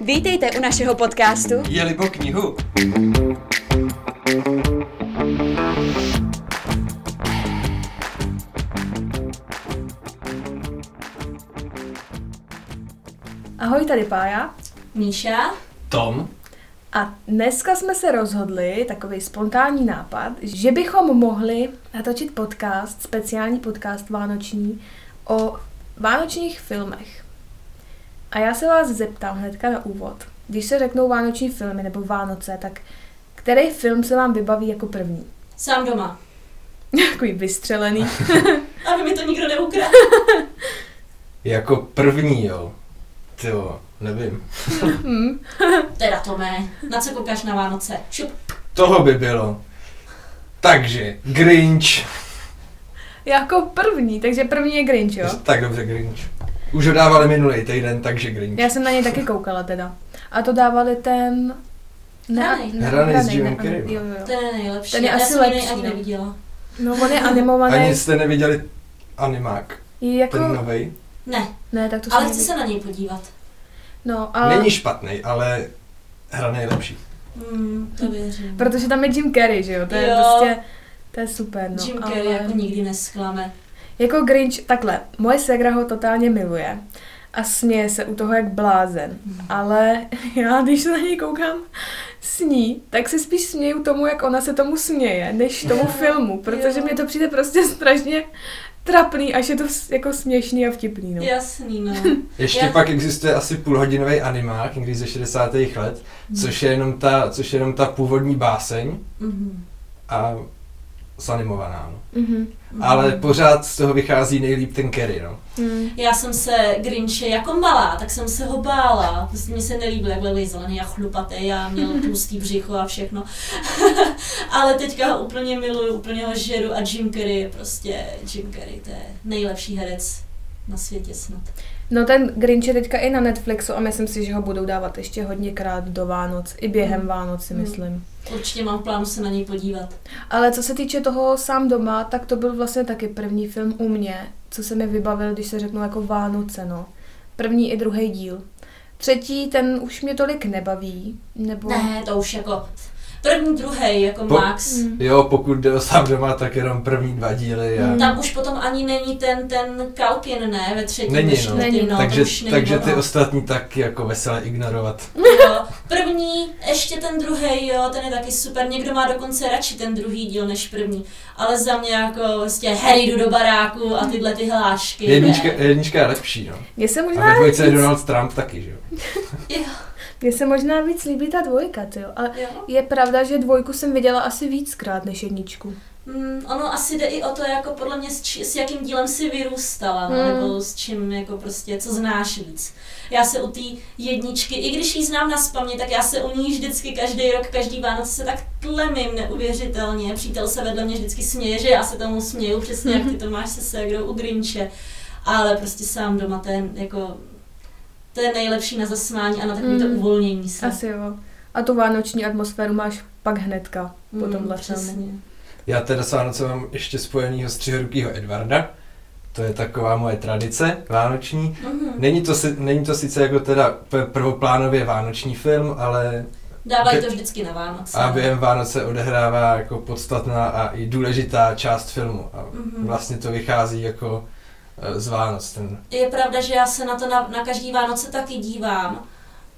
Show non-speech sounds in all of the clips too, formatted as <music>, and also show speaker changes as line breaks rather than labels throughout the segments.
Vítejte u našeho podcastu
Je po knihu.
Ahoj, tady Pája.
Míša.
Tom?
A dneska jsme se rozhodli, takový spontánní nápad, že bychom mohli natočit podcast, speciální podcast vánoční, o vánočních filmech. A já se vás zeptám hnedka na úvod. Když se řeknou vánoční filmy nebo Vánoce, tak který film se vám vybaví jako první? <laughs>
Sám doma.
<laughs>
Takový vystřelený.
Aby mi to nikdo neukradl.
Jako první, jo. Ty jo, nevím.
Teda Tomé, na co koukáš na Vánoce? Šup.
Toho by bylo. Takže, Grinch.
jako první, takže první je Grinch, jo?
Tak dobře, Grinch. Už ho dávali minulý týden, takže Grinch.
Já jsem na něj taky koukala teda. A to dávali ten...
Hranej.
Hranej s
hranej,
Jimem
ne-
Carreyem.
Jo, jo, jo.
Ten je nejlepší.
Ten je
Já
asi
jsem jiný
lepší,
ani
no.
neviděla.
No, on je animovaný.
Ani jste neviděli animák,
Je jako...
ten novej.
Ne,
Ne, tak to
ale
jsem
chci
neví-
se na něj podívat.
No, ale...
Není špatný, ale hra nejlepší.
Hmm, to věřím.
Protože tam je Jim Carrey, že jo? To je
Jo.
prostě... To je super, no.
Jim Carrey
ale...
jako nikdy nesklame.
Jako Grinch, takhle, moje segra ho totálně miluje a směje se u toho jak blázen,
Mhm.
ale <laughs> já když se na něj koukám s ní, tak se spíš směju tomu, jak ona se tomu směje, než
<laughs>
tomu filmu, protože
Jo.
mě to přijde prostě strašně trapný, až je to s- jako směšný a vtipný, no. <laughs>
Jasný, no.
Ještě
Já-
pak existuje asi půlhodinový animák, někdy ze 60. let,
Hmm.
což je jenom ta, což je jenom ta původní báseň
Mhm.
a zanimovaná. No.
Mhm.
Mhm.
Ale pořád z toho vychází nejlíp ten Kerry, no.
Mm.
Já jsem se Grinche jako malá, tak jsem se ho bála. Prostě mně se nelíbil, jak byl zelený a chlupatý a
Mhm.
měl tlustý břicho a všechno. <laughs> Ale teďka ho úplně miluju, úplně ho žeru a Jim Carrey je prostě, Jim Carrey to je nejlepší herec na světě snad.
No ten Grinch je teďka i na Netflixu a myslím si, že ho budou dávat ještě hodněkrát do Vánoc, i během Vánoc si
Mm.
myslím.
Určitě mám v plánu se na něj podívat.
Ale co se týče toho sám doma, tak to byl vlastně taky první film u mě, co se mi vybavil, když se řeknu jako Vánoce, no. První i druhý díl. Třetí, ten už mě tolik nebaví, nebo...
Ne, to už jako první, druhý jako
Po-
max.
Mm.
Jo, pokud jde o sám doma, tak jenom první dva díly. A...
Mm.
Tam už potom ani není ten, ten Kalkin, ne, ve třetím,
Není,
ve
no.
čtvrtém,
Není, no.
to
takže
už není
takže ty
ono.
ostatní tak jako vesele ignorovat.
Jo, první, ještě ten druhý, jo, ten je taky super. Někdo má dokonce radši ten druhý díl než první. Ale za mě jako vlastně Harry jdu do baráku a tyhle ty hlášky. ne.
Jednička, jednička je lepší, no.
Mně se,
A ve
možná víc,
dvojce je Donald Trump taky, že jo.
Jo,
mně se možná víc líbí ta dvojka, ty jo. Ale
jo.
je pravda, že dvojku jsem viděla asi víckrát než jedničku.
Mm, ono asi jde i o to, jako podle mě s, či, s jakým dílem si vyrůstala, no,
Mm.
nebo s čím, jako prostě, co znáš víc. Já se u té jedničky, i když ji znám na spamě, tak já se u ní vždycky každý rok, každý Vánoc se tak tlemím neuvěřitelně. Přítel se vedle mě vždycky směje, že já se tomu směju, přesně jak ty to máš se ségrou u Grinche. Ale prostě sám doma, to je jako, to je nejlepší na zasmání a na takový to
Mm.
uvolnění se.
Asi jo. A tu vánoční atmosféru máš pak hnedka po
Mm,
tomhle filmu.
přesně.
Já teda s Vánoce mám ještě spojenýho střihrukýho Edvarda. To je taková moje tradice vánoční.
Mhm.
Není to, si, není to sice jako teda p- prvoplánově vánoční film, ale
Dávají
Ke-
to vždycky na Vánoce.
a během Vánoce odehrává jako podstatná a i důležitá část filmu. A
Mhm.
vlastně to vychází jako eh, z Vánoc ten.
Je pravda, že já se na to na, na každý Vánoce taky dívám,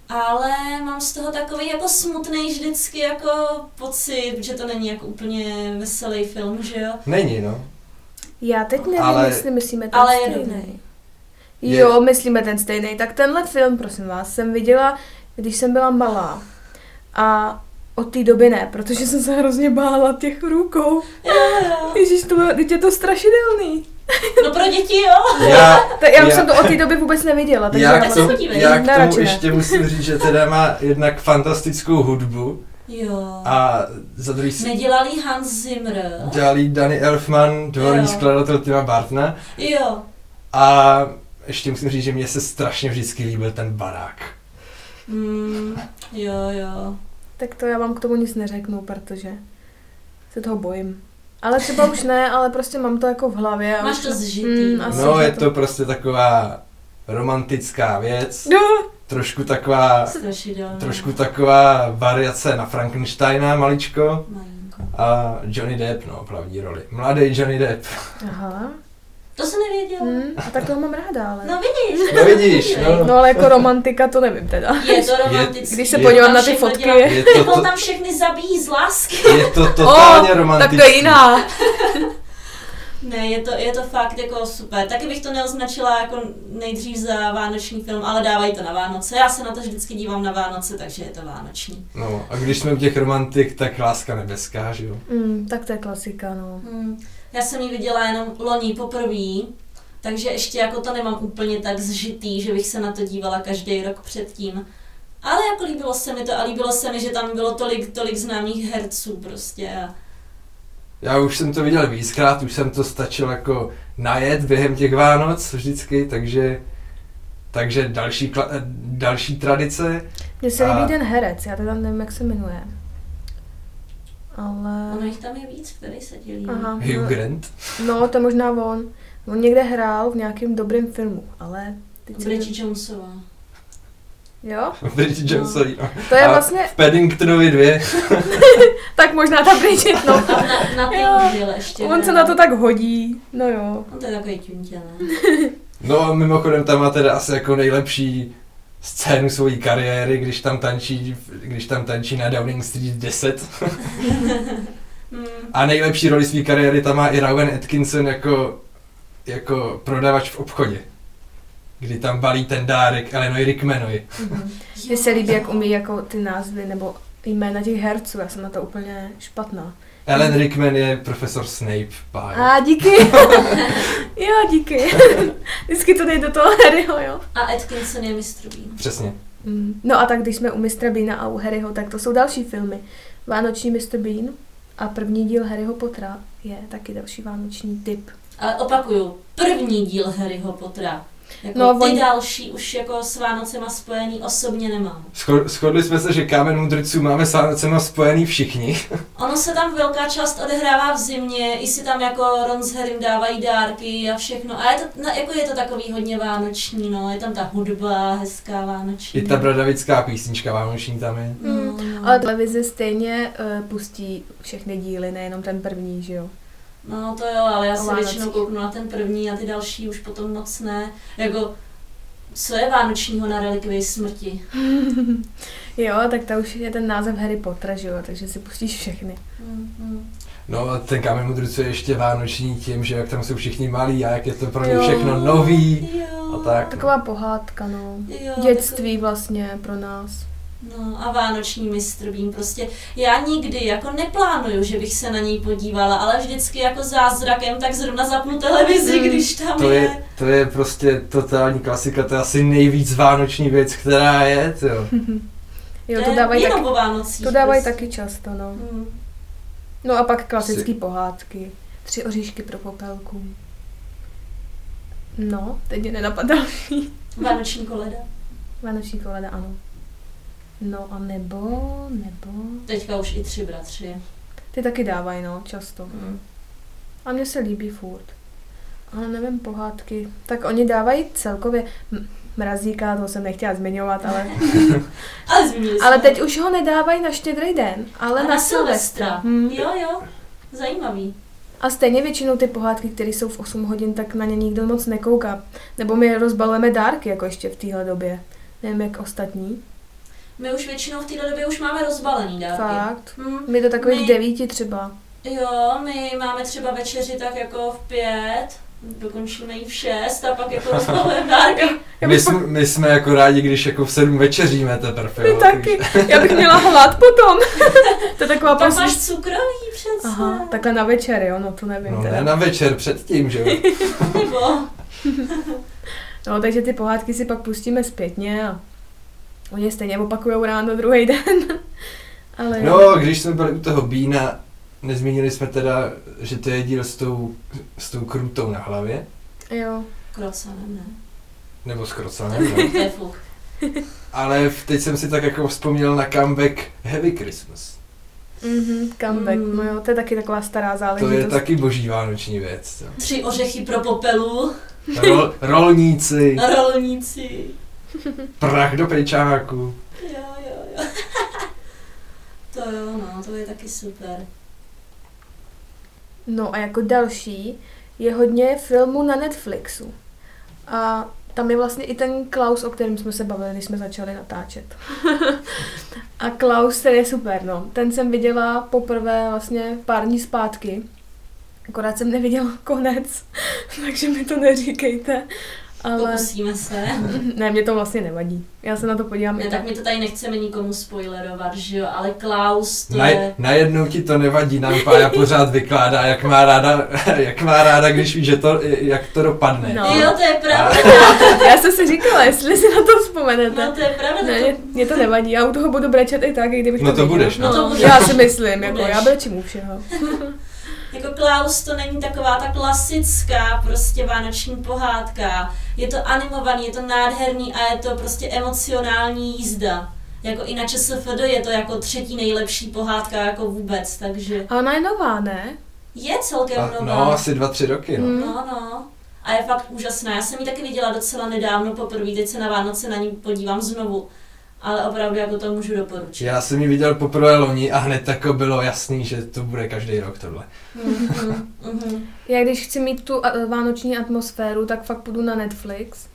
ale mám z toho takový jako smutný vždycky jako pocit, že to není jako úplně veselý film, že jo?
Není,
<laughs>
no.
Já teď nevím,
Ale-
jestli myslíme ten
ale je dobrý.
stejný.
Je-
Jo, myslíme ten stejný. Tak tenhle film, prosím vás, jsem viděla, když jsem byla malá. A od té doby ne, protože jsem se hrozně bála těch rukou.
Jo, jo.
Ježíš, to bylo, teď je to strašidelný.
No pro děti jo.
Já,
Tak já už
Já-
jsem to od té doby vůbec neviděla, takže
Já
já,
k,
se
tomu,
podívej.
já k tomu
Radši ne.
ještě musím říct, že teda má jednak fantastickou hudbu
Jo.
a za druhý si
Nedělali Hans Zimmer.
dělali Danny Elfman, dvorní
Jo.
skladatel Tima Bartna
Jo.
a ještě musím říct, že mně se strašně vždycky líbil ten barák.
Mm, jo, jo.
tak to já vám k tomu nic neřeknu, protože se toho bojím. Ale třeba už ne, ale prostě mám to jako v hlavě. a
Máš
už
to zžitý.
Mm, asi
No,
že
je to prostě taková romantická věc,
No,
trošku taková,
Strašidelný.
trošku taková variace na Frankensteina maličko
Malinko.
a Johnny Depp, no, v hlavní roli. Mladý Johnny Depp.
Aha.
To jsem nevěděla.
Hmm, a tak toho mám ráda, ale...
No vidíš.
No vidíš, no.
No ale jako romantika to nevím teda.
Je to romantický.
Když se
Je-
podívám na
Tam
ty
všechno
fotky.
dělá-
Je to,
On
to,
tam všechny zabíjí z lásky.
je
<laughs>
to totálně romantický.
Tak to je jiná.
Ne, je to, je to fakt jako super. Taky bych to neoznačila jako nejdřív za vánoční film, ale dávají to na Vánoce. Já se na to vždycky dívám na Vánoce, takže je to vánoční.
No, a když jsme u těch romantik, tak láska nebeská, že jo?
Hmm, tak to je klasika, no.
Hmm. Já jsem ji viděla jenom loni poprvé, takže ještě jako to nemám úplně tak zžitý, že bych se na to dívala každý rok předtím. Ale jako líbilo se mi to a líbilo se mi, že tam bylo tolik, tolik známých herců prostě. A
Já už jsem to viděl víckrát, už jsem to stačil jako najet během těch Vánoc vždycky, takže takže další, kla- eh, další tradice.
Mně se
A-
líbí ten herec, já teda nevím, jak se jmenuje. Ale...
ono jich tam je víc, který se dělí.
Aha.
Hugh Grant. <laughs>
No, to možná on. On někde hrál v nějakém dobrém filmu, ale... Teď si...
Bridget Jonesová.
Jo?
Bridget Jonesový. no.
To je
A
vlastně...
V <laughs> Paddingtonovi 2.
Tak možná ta Bridget, no. <laughs>
A na, na
Jo.
ty ještě.
On se
ne?
na to tak hodí. No jo.
On to je takový ťuntě, ne?
No a mimochodem tam má teda asi jako nejlepší scénu svojí kariéry, když tam tančí, když tam tančí na Downing Street 10.
Hmm.
A nejlepší roli své kariéry tam má i Rowan Atkinson jako, jako prodavač v obchodě. Kdy tam balí ten dárek Elenoj Rickmanovi.
Mně se líbí, jak umí jako ty názvy nebo jména těch herců, já jsem na to úplně špatná.
Ellen Rickman je profesor Snape. Pájo.
Hmm. A díky.
<laughs>
<laughs> jo, díky. <laughs> Vždycky to dej do toho Harryho, jo.
A Atkinson je mistr Bean.
Přesně.
Mm. No a tak když jsme u Mistra Beana a u Harryho, tak to jsou další filmy. Vánoční Mr. Bean a první díl Harryho Pottera je taky další vánoční typ.
Ale opakuju, první díl Harryho Pottera. Jako
No,
no, ty
on-
další už jako s Vánocema spojený osobně nemám.
Scho- Shodli jsme se, že kámen mudrců máme s Vánocema spojený všichni.
Ono se tam velká část odehrává v zimě, i si tam jako Ron s Harrym dávají dárky a všechno. A je to, no, jako je to takový hodně vánoční, no. Je tam ta hudba hezká vánoční.
I ta bradavická písnička vánoční tam je.
No, no.
Hmm, Ale televize stejně uh, pustí všechny díly, nejenom ten první, že jo.
No to jo, ale já
O
si
Vánocích.
většinou kouknu na ten první a ty další už potom moc ne. Jako, co je vánočního na relikvii smrti?
Jo, tak to už je ten název Harry Potter, že jo, takže si pustíš všechny.
Mm-hmm.
No a ten kámen mudrců je ještě vánoční tím, že jak tam jsou všichni malí a jak je to pro ně
Jo.
všechno nový.
jo,
a tak.
Taková pohádka, no.
Jo,
Dětství vlastně pro nás.
No a vánoční mistr Bean, prostě já nikdy jako neplánuju, že bych se na něj podívala, ale vždycky jako zázrakem tak zrovna zapnu televizi,
Mm.
když tam
To
je.
je, to je prostě totální klasika, to je asi nejvíc vánoční věc, která je, jo.
Jo,
je
to dávají,
jenom
taky,
o Vánocích.
to dávají
prostě.
taky často, no.
Mm.
No a pak klasické pohádky. Tři oříšky pro popelku. No, teď mě nenapadá.
Vánoční koleda.
Vánoční koleda, ano. No a nebo, nebo...
Teďka už i tři bratři.
Ty taky dávají, no, často.
Mm.
A mně se líbí furt. Ale nevím, pohádky. Tak oni dávají celkově... M- mrazíka, to jsem nechtěla zmiňovat, ale...
<laughs> Ale zmínili
Ale
jsme
teď už ho nedávají na štědrý den, ale
A
na,
na
Silvestra.
Silvestra.
Hm.
Jo, jo, zajímavý.
A stejně většinou ty pohádky, které jsou v 8 hodin, tak na ně nikdo moc nekouká. Nebo my rozbalujeme dárky, jako ještě v téhle době. Nevím, jak ostatní.
My už většinou v této době už máme rozbalený dárky.
Fakt.
Hm.
My do takových
My-
devíti třeba.
Jo, my máme třeba večeři tak jako v pět, dokončíme ji v šest a pak
<laughs>
jako rozbalujeme dárky.
Já
My
bych,
jsme, my jsme jako rádi, když jako v sedm večeříme teprve.
my
jo,
taky.
takže-
Já bych měla hlad potom. to je taková
Pak
prostě...
máš cukrový přece.
Aha, takhle na večer, jo, no to nevím.
No
teda.
ne na večer předtím,
<laughs>
že jo.
Nebo,
no, takže ty pohádky si pak pustíme zpětně a oni je stejně opakujou ráno druhý den. <laughs> Ale
No, když jsme byli u toho Bína, nezmínili jsme teda, že to je díl s tou, s tou krutou na hlavě,
jo.
krocanem, ne?
nebo s
To je
krocanem,
<laughs>
fuk,
no.
to je fuk.
Ale v- teď jsem si tak jako vzpomněl na comeback Heavy Christmas.
Mm-hmm, comeback,
Mm.
mm. no jo, to je taky taková stará
To
záležitost.
je taky boží vánoční věc. jo.
Tři ořechy pro popelu,
Rol, rolníci,
No.
rolníci.
prach do pečáku.
Jo, jo, jo. <laughs> to jo, no, to je taky super.
No a jako další je hodně filmů na Netflixu. A tam je vlastně i ten Klaus, o kterém jsme se bavili, když jsme začali natáčet. <laughs> a Klaus, ten je super, no. Ten jsem viděla poprvé vlastně pár dní zpátky. Akorát jsem neviděla <laughs> konec, takže mi to neříkejte. Ale
Pokusíme se.
<laughs> ne, mě to vlastně nevadí. Já se na to podívám i
Ne,
tak.
tak my to tady nechceme nikomu spoilerovat, že jo, ale Klaus to
Na,
je...
najednou ti to nevadí, nám Pája pořád vykládá, jak má ráda, <laughs> jak má ráda když ví, že to, jak to dopadne.
No.
Jo, to je pravda,
<laughs> Já jsem si říkala, jestli si na to vzpomenete.
no, to je pravda.
Ne,
to...
mě- mě to nevadí, já u toho budu brečet i tak, i kdybych
No to
věděla.
budeš,
no. No to budeš.
Já si myslím, jako
Budeš.
já brečím u všeho.
Jako Klaus to není taková ta klasická prostě vánoční pohádka. Je to animovaný, je to nádherný a je to prostě emocionální jízda. Jako i na ČSFD je to jako třetí nejlepší pohádka jako vůbec, takže
A ona je nová, ne?
je celkem
A,
nová.
no, asi dva, tři roky. No.
Mm.
No, no. A je fakt úžasná. Já jsem ji taky viděla docela nedávno poprvé, teď se na Vánoce na ní podívám znovu. Ale opravdu jako to můžu doporučit.
Já jsem ji viděl poprvé loni a hned tako bylo jasný, že to bude každý rok tohle.
Mhm, mhm.
Já když chci mít tu a, vánoční atmosféru, tak fakt půjdu na Netflix.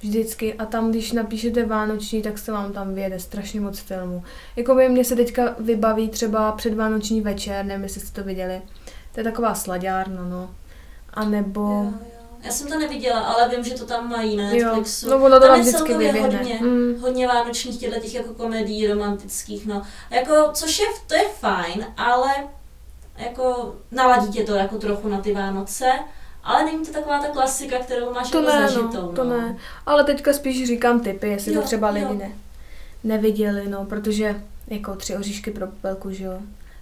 Vždycky. A tam, když napíšete vánoční, tak se vám tam vyjede strašně moc filmů. Jako by mě se teďka vybaví třeba předvánoční večer, nevím, jestli jste to viděli. To je taková slaďárna, no. A nebo...
Jo, jo. Já jsem to neviděla, ale vím, že to tam mají na
Jo,
Netflixu.
no ono to
Tam
tam
je
vždycky
celkově
vyběhne.
hodně.
Mm.
hodně vánočních těchto těch jako komedií romantických, no. Jako, což je, to je fajn, ale jako naladí tě to jako trochu na ty Vánoce, ale není to taková ta klasika, kterou máš
To
jako
ne,
zažitou,
no, to
no.
ne. Ale teďka spíš říkám typy, jestli
Jo,
to třeba lidi
jo.
ne, neviděli, no, protože jako tři oříšky pro popelku, že jo.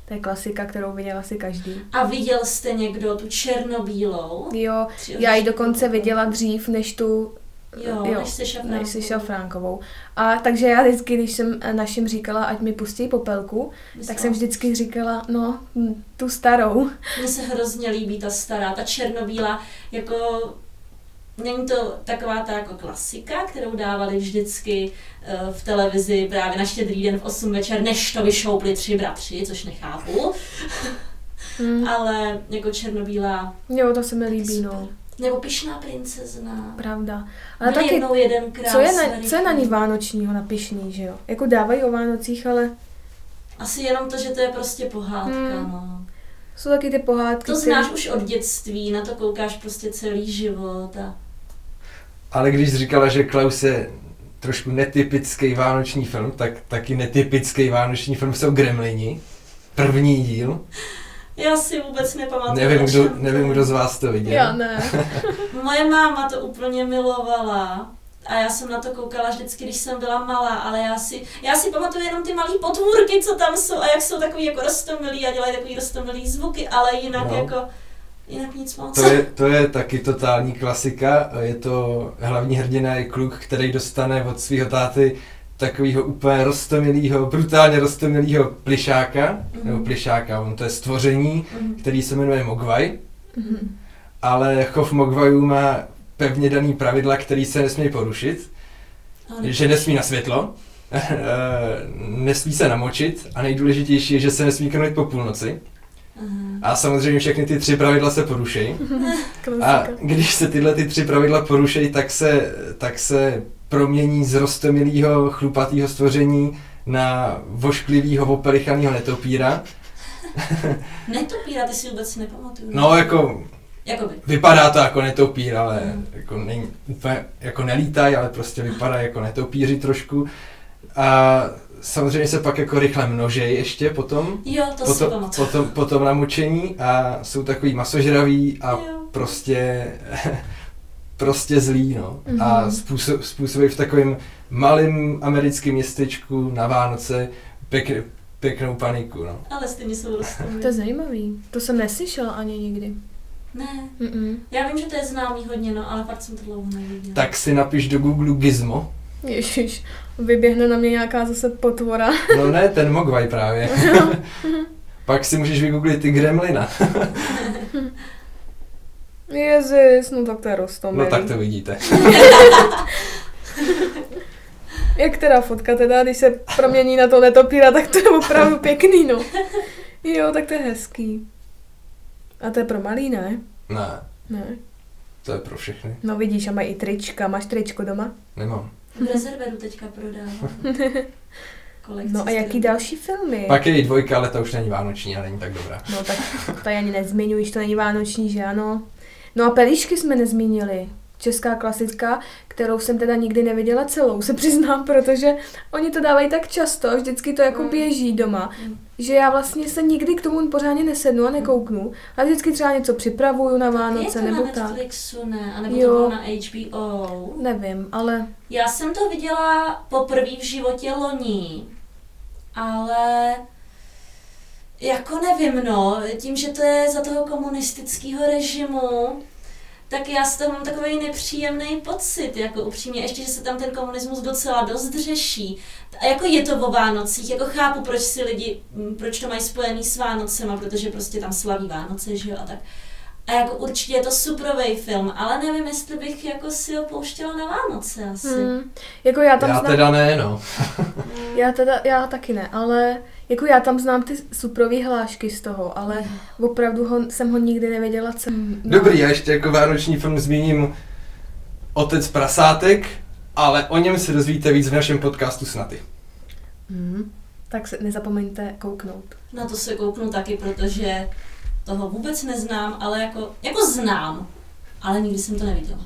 To je klasika, kterou viděl asi každý.
A viděl jste někdo tu černobílou?
Jo,
Tři
já ji
oříšky
dokonce
pro-
viděla dřív, než tu
Jo,
jo,
než se šafránku.
než si Šafránkovou. A takže já vždycky, když jsem eh, našim říkala, ať mi pustí popelku, tak jsem vždycky říkala, no, hm, tu starou.
Mně se hrozně líbí ta stará, ta černobílá, jako není to taková ta jako klasika, kterou dávali vždycky eh, v televizi právě na štědrý den v 8 večer, než to vyšoupli tři bratři, což nechápu,
Hm.
ale jako černobílá,
Jo, to se mi líbí, no.
Super. nebo pišná princezna.
Pravda. Ale
Byl
taky
jednou jeden krás,
Co je, na, co je na ní vánočního napišný, že jo? Jako dávají o Vánocích, ale
Asi jenom to, že to je prostě pohádka,
Hmm.
no.
jsou taky ty pohádky.
To znáš už od dětství, na to koukáš prostě celý život a
Ale když jsi říkala, že Klaus je trošku netypický vánoční film, tak taky netypický vánoční film jsou Gremlini. První díl.
já si vůbec nepamatuju.
Nevím
o
kdo,
čem to
nevím,
je.
kdo z vás to viděl. <laughs>
Já ne.
Moje máma to úplně milovala a já jsem na to koukala vždycky, když jsem byla malá, ale já si, já si pamatuju jenom ty malé potvůrky, co tam jsou a jak jsou takový jako roztomilý a dělají takový roztomilý zvuky, ale jinak
No.
no. jako, jinak nic moc.
To je, to je taky totální klasika. Je to hlavní hrdina je kluk, který dostane od svého táty takového úplně roztomilého, brutálně roztomilého plišáka,
Mhm.
nebo plišáka, on to je stvoření,
Mhm.
který se jmenuje Mogwai, ale chov Mogwaiů má pevně daný pravidla, který se nesmí porušit,
Ale-
že nesmí na světlo, <laughs> eh, nesmí se namočit a nejdůležitější je, že se nesmí krmit po půlnoci.
Aha.
A samozřejmě všechny ty tři pravidla se porušejí. A
Klasika.
když se tyhle ty tři pravidla porušejí, tak se, tak se promění z rostomilého chlupatého stvoření na vošklivýho, opelichaného netopíra.
Netopíra, ty si vůbec nepamatuju.
No, jako
Jakoby.
vypadá to jako netopír, ale jako, není, úplně, jako nelítají, ale prostě vypadá jako netopíři trošku. A samozřejmě se pak jako rychle množejí ještě potom.
Jo, to si
potom,
pamatuju.
potom, potom na mučení a jsou takový masožraví a
Jo.
prostě, <laughs> prostě zlí, no.
Mhm.
A způsob, způsobí v takovém malém americkém městečku na Vánoce pěk, pěknou paniku,
Mhm.
no.
Ale stejně jsou
To je
roztomilý.
zajímavý. To jsem neslyšela ani nikdy.
Ne,
Mm-mm.
já vím, že to je známý hodně, no, ale fakt jsem to dlouho neviděla.
Tak si napiš do Google Gizmo.
Ježiš, vyběhne na mě nějaká zase potvora. Mhm.
No ne, ten Mogwai právě. <laughs> Pak si můžeš vygooglit i Gremlina.
Jezus, no tak to je rostomilý.
No tak to vidíte.
Jak teda fotka teda, když se promění na to netopíra, tak to je opravdu pěkný, no. Jo, tak to je hezký. A to je pro malý, ne?
Ne,
Ne.
to je pro všechny.
No vidíš, a mají i trička. Máš tričko doma?
Nemám.
V rezerveru teďka
<laughs>
prodávám. Kolekci
No a jaký
strojů.
další filmy?
Pak je i dvojka, ale ta už není vánoční a není tak dobrá.
No tak to ani nezmiňujíš, to není vánoční, že ano. No a pelíšky jsme nezmínili. Česká klasická, kterou jsem teda nikdy neviděla celou, se přiznám, protože oni to dávají tak často, vždycky to jako
Mm.
běží doma,
Mm.
že já vlastně se nikdy k tomu pořádně nesednu a nekouknu. A vždycky třeba něco připravuju na
Je
Vánoce
to na
nebo tak.
Netflixu, ne? A nebo
Jo.
to bylo na HBO?
Nevím, ale
Já jsem to viděla poprvé v životě loni, ale jako nevím, no, tím, že to je za toho komunistického režimu, tak já z toho mám takový nepříjemný pocit, jako upřímně, ještě, že se tam ten komunismus docela dost řeší. A jako je to o Vánocích, jako chápu, proč si lidi, m, proč to mají spojený s Vánocema, protože prostě tam slaví Vánoce, že jo, a tak. A jako určitě je to suprovej film, ale nevím, jestli bych jako si ho pouštěla na Vánoce asi.
hmm, jako já tam
Já
znám...
teda ne, no.
Já teda, já taky ne, ale jako já tam znám ty suprový hlášky z toho, ale
Mm.
opravdu ho, jsem ho nikdy nevěděla, co...
Dobrý, já ještě jako vánoční film zmíním Otec prasátek, ale o něm se dozvíte víc v našem podcastu Snaty.
Hmm. Tak se nezapomeňte kouknout.
Na to se kouknu taky, protože toho vůbec neznám, ale jako, jako znám, ale nikdy jsem to neviděla.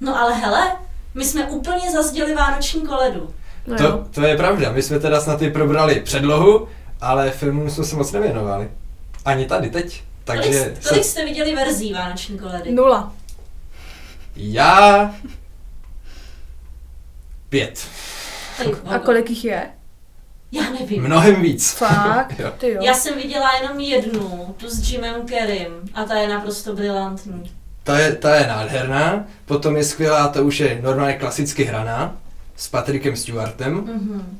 No ale hele, my jsme úplně zazděli vánoční koledu.
No
To,
jo.
to je pravda, my jsme teda Snaty probrali předlohu, ale filmu jsme se moc nevěnovali. Ani tady teď. Takže
kolik,
se,
kolik jste viděli verzí vánoční koledy?
Nula.
já... Pět.
Ty
A
vogo.
kolik jich je?
Já nevím.
Mnohem víc.
Fakt?
<laughs> Jo.
Ty jo.
Já jsem viděla jenom jednu, tu s Jimem Kerrym, a ta je naprosto brilantní.
Ta je, ta je nádherná, potom je skvělá, ta už je normálně klasicky hraná, s Patrickem Stewartem,
Mhm.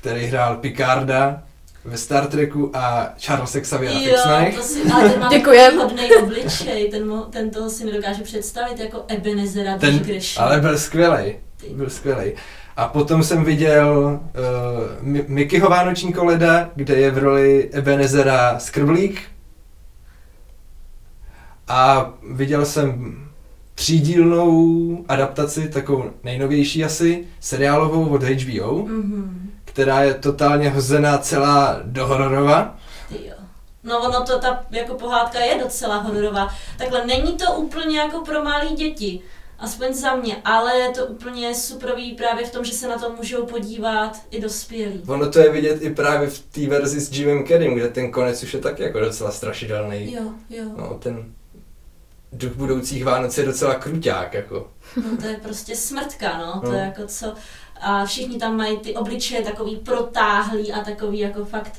který hrál Picarda ve Star Treku a Charlesa Xaviera
Jo,
Fixnech.
to si, ale ten má
Děkujem.
takový hodnej obličej, ten, mo, ten toho si nedokáže představit jako Ebenezera
Ten-
Ten,
Ale byl skvělej, byl skvělej. A potom jsem viděl uh, Mi- Mickeyho Vánoční koleda, kde je v roli Ebenezera Skrblík. A viděl jsem třídílnou adaptaci, takovou nejnovější asi, seriálovou od HBO.
Mhm.
která je totálně hozená celá do hororova.
Ty jo. No ono to, ta jako pohádka je docela hororová. Takhle není to úplně jako pro malé děti, aspoň za mě, ale je to úplně superový právě v tom, že se na to můžou podívat i dospělí.
Ono to je vidět i právě v té verzi s Jimem Kerrym, kde ten konec už je taky jako docela strašidelný.
Jo, jo.
No, ten duch budoucích Vánoc je docela kruťák, jako.
No to je prostě smrtka, no. To
No.
je jako co... A všichni tam mají ty obličeje takový protáhlý a takový jako fakt...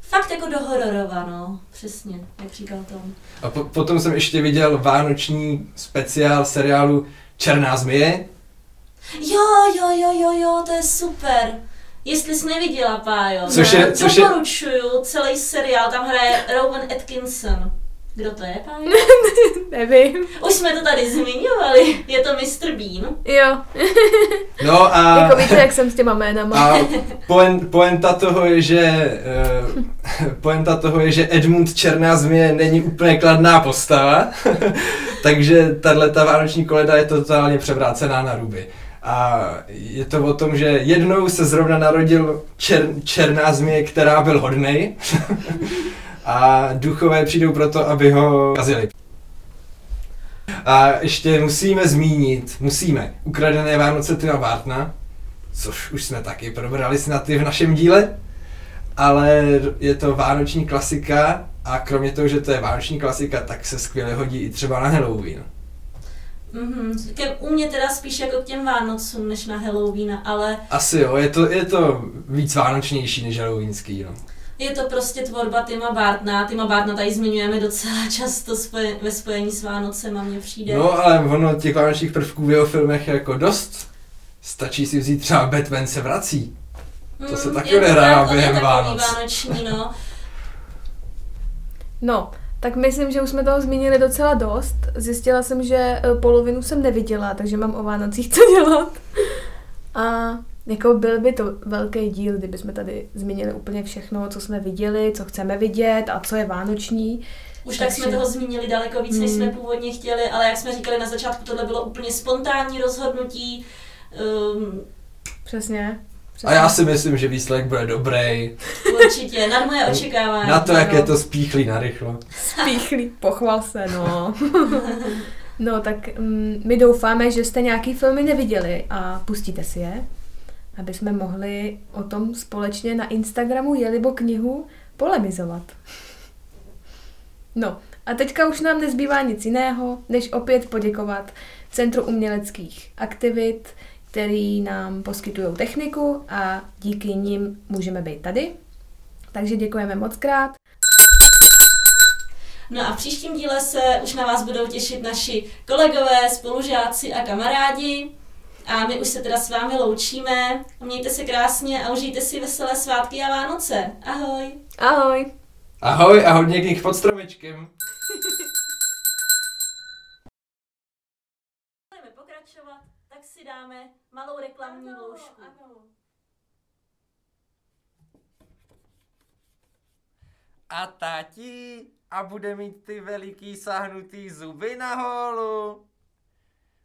Fakt jako do hororova, no. Přesně, jak říkal Tom.
A po- potom jsem ještě viděl vánoční speciál seriálu Černá zmije.
Jo, jo, jo, jo, jo, to je super. Jestli jsi neviděla, Pájo,
Což je- což je-
doporučuju celý seriál, tam hraje Rowan Atkinson. Kdo to je, Pájo?
Nevím.
Už jsme to tady zmiňovali, je to Mr. Bean.
<laughs> Jo.
No a...
Jako víte, jak jsem s těma jménama.
A poen, poenta toho je, že eh, <laughs> poenta toho je, že Edmund Černá zmije není úplně kladná postava, <laughs> takže tahle ta vánoční koleda je totálně převrácená na ruby. A je to o tom, že jednou se zrovna narodil čer, černá zmije, která byl hodnej <laughs> a duchové přijdou proto, aby ho kazili. A ještě musíme zmínit, musíme, ukradené Vánoce Tima Bartna, což už jsme taky probrali snad i v našem díle, ale je to vánoční klasika a kromě toho, že to je vánoční klasika, tak se skvěle hodí i třeba na Halloween.
Mhm. Ke, u mě teda spíš jako k těm Vánocům, než na Halloween, ale
Asi jo, je to, je to víc vánočnější než halloweenský, no.
Je to prostě tvorba Tima Bartna. Tima Bartna tady zmiňujeme docela často spoje, ve spojení s Vánocema, mně přijde.
No ale ono těch vánočních prvků v jeho filmech je jako dost. Stačí si vzít třeba Batman se vrací. No, to se taky
je
odehrává
tak- on Mm, je
během
takový
Vánoc. <laughs>
vánoční, no.
No, tak myslím, že už jsme toho zmínili docela dost. Zjistila jsem, že eh, polovinu jsem neviděla, takže mám o Vánocích co dělat. <laughs> A jako byl by to velký díl, kdyby jsme tady zmínili úplně všechno, co jsme viděli, co chceme vidět a co je vánoční.
Už tak
Takže-
jsme toho zmínili daleko víc, než jsme původně chtěli, ale jak jsme říkali na začátku, tohle bylo úplně spontánní rozhodnutí. Um, <laughs>
Přesně. přesně.
A já si myslím, že výsledek bude dobrý.
určitě, nad moje očekávání.
Na to,
ano.
jak je to spíchlý narychlo.
Píchlí, pochval se, no. <laughs> no, tak mm, my doufáme, že jste nějaký filmy neviděli a pustíte si je, aby jsme mohli o tom společně na Instagramu Jelibo knihu polemizovat. No, a teďka už nám nezbývá nic jiného, než opět poděkovat Centru uměleckých aktivit, který nám poskytují techniku a díky nim můžeme být tady. Takže děkujeme moc krát
No a v příštím díle se už na vás budou těšit naši kolegové, spolužáci a kamarádi. A my už se teda s vámi loučíme. Mějte se krásně a užijte si veselé svátky a Vánoce. Ahoj!
Ahoj.
Ahoj a hodně knih pod stromečkem.
Budeme pokračovat, tak si dáme malou reklamní loušku.
A tati, a bude mít ty veliký sahnutý zuby na holu.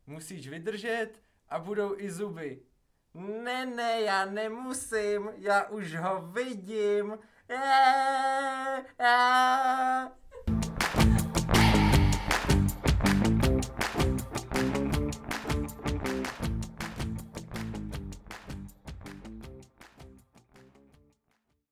Musíš vydržet a budou i zuby. Ne, ne, já nemusím, já už ho vidím. Eee!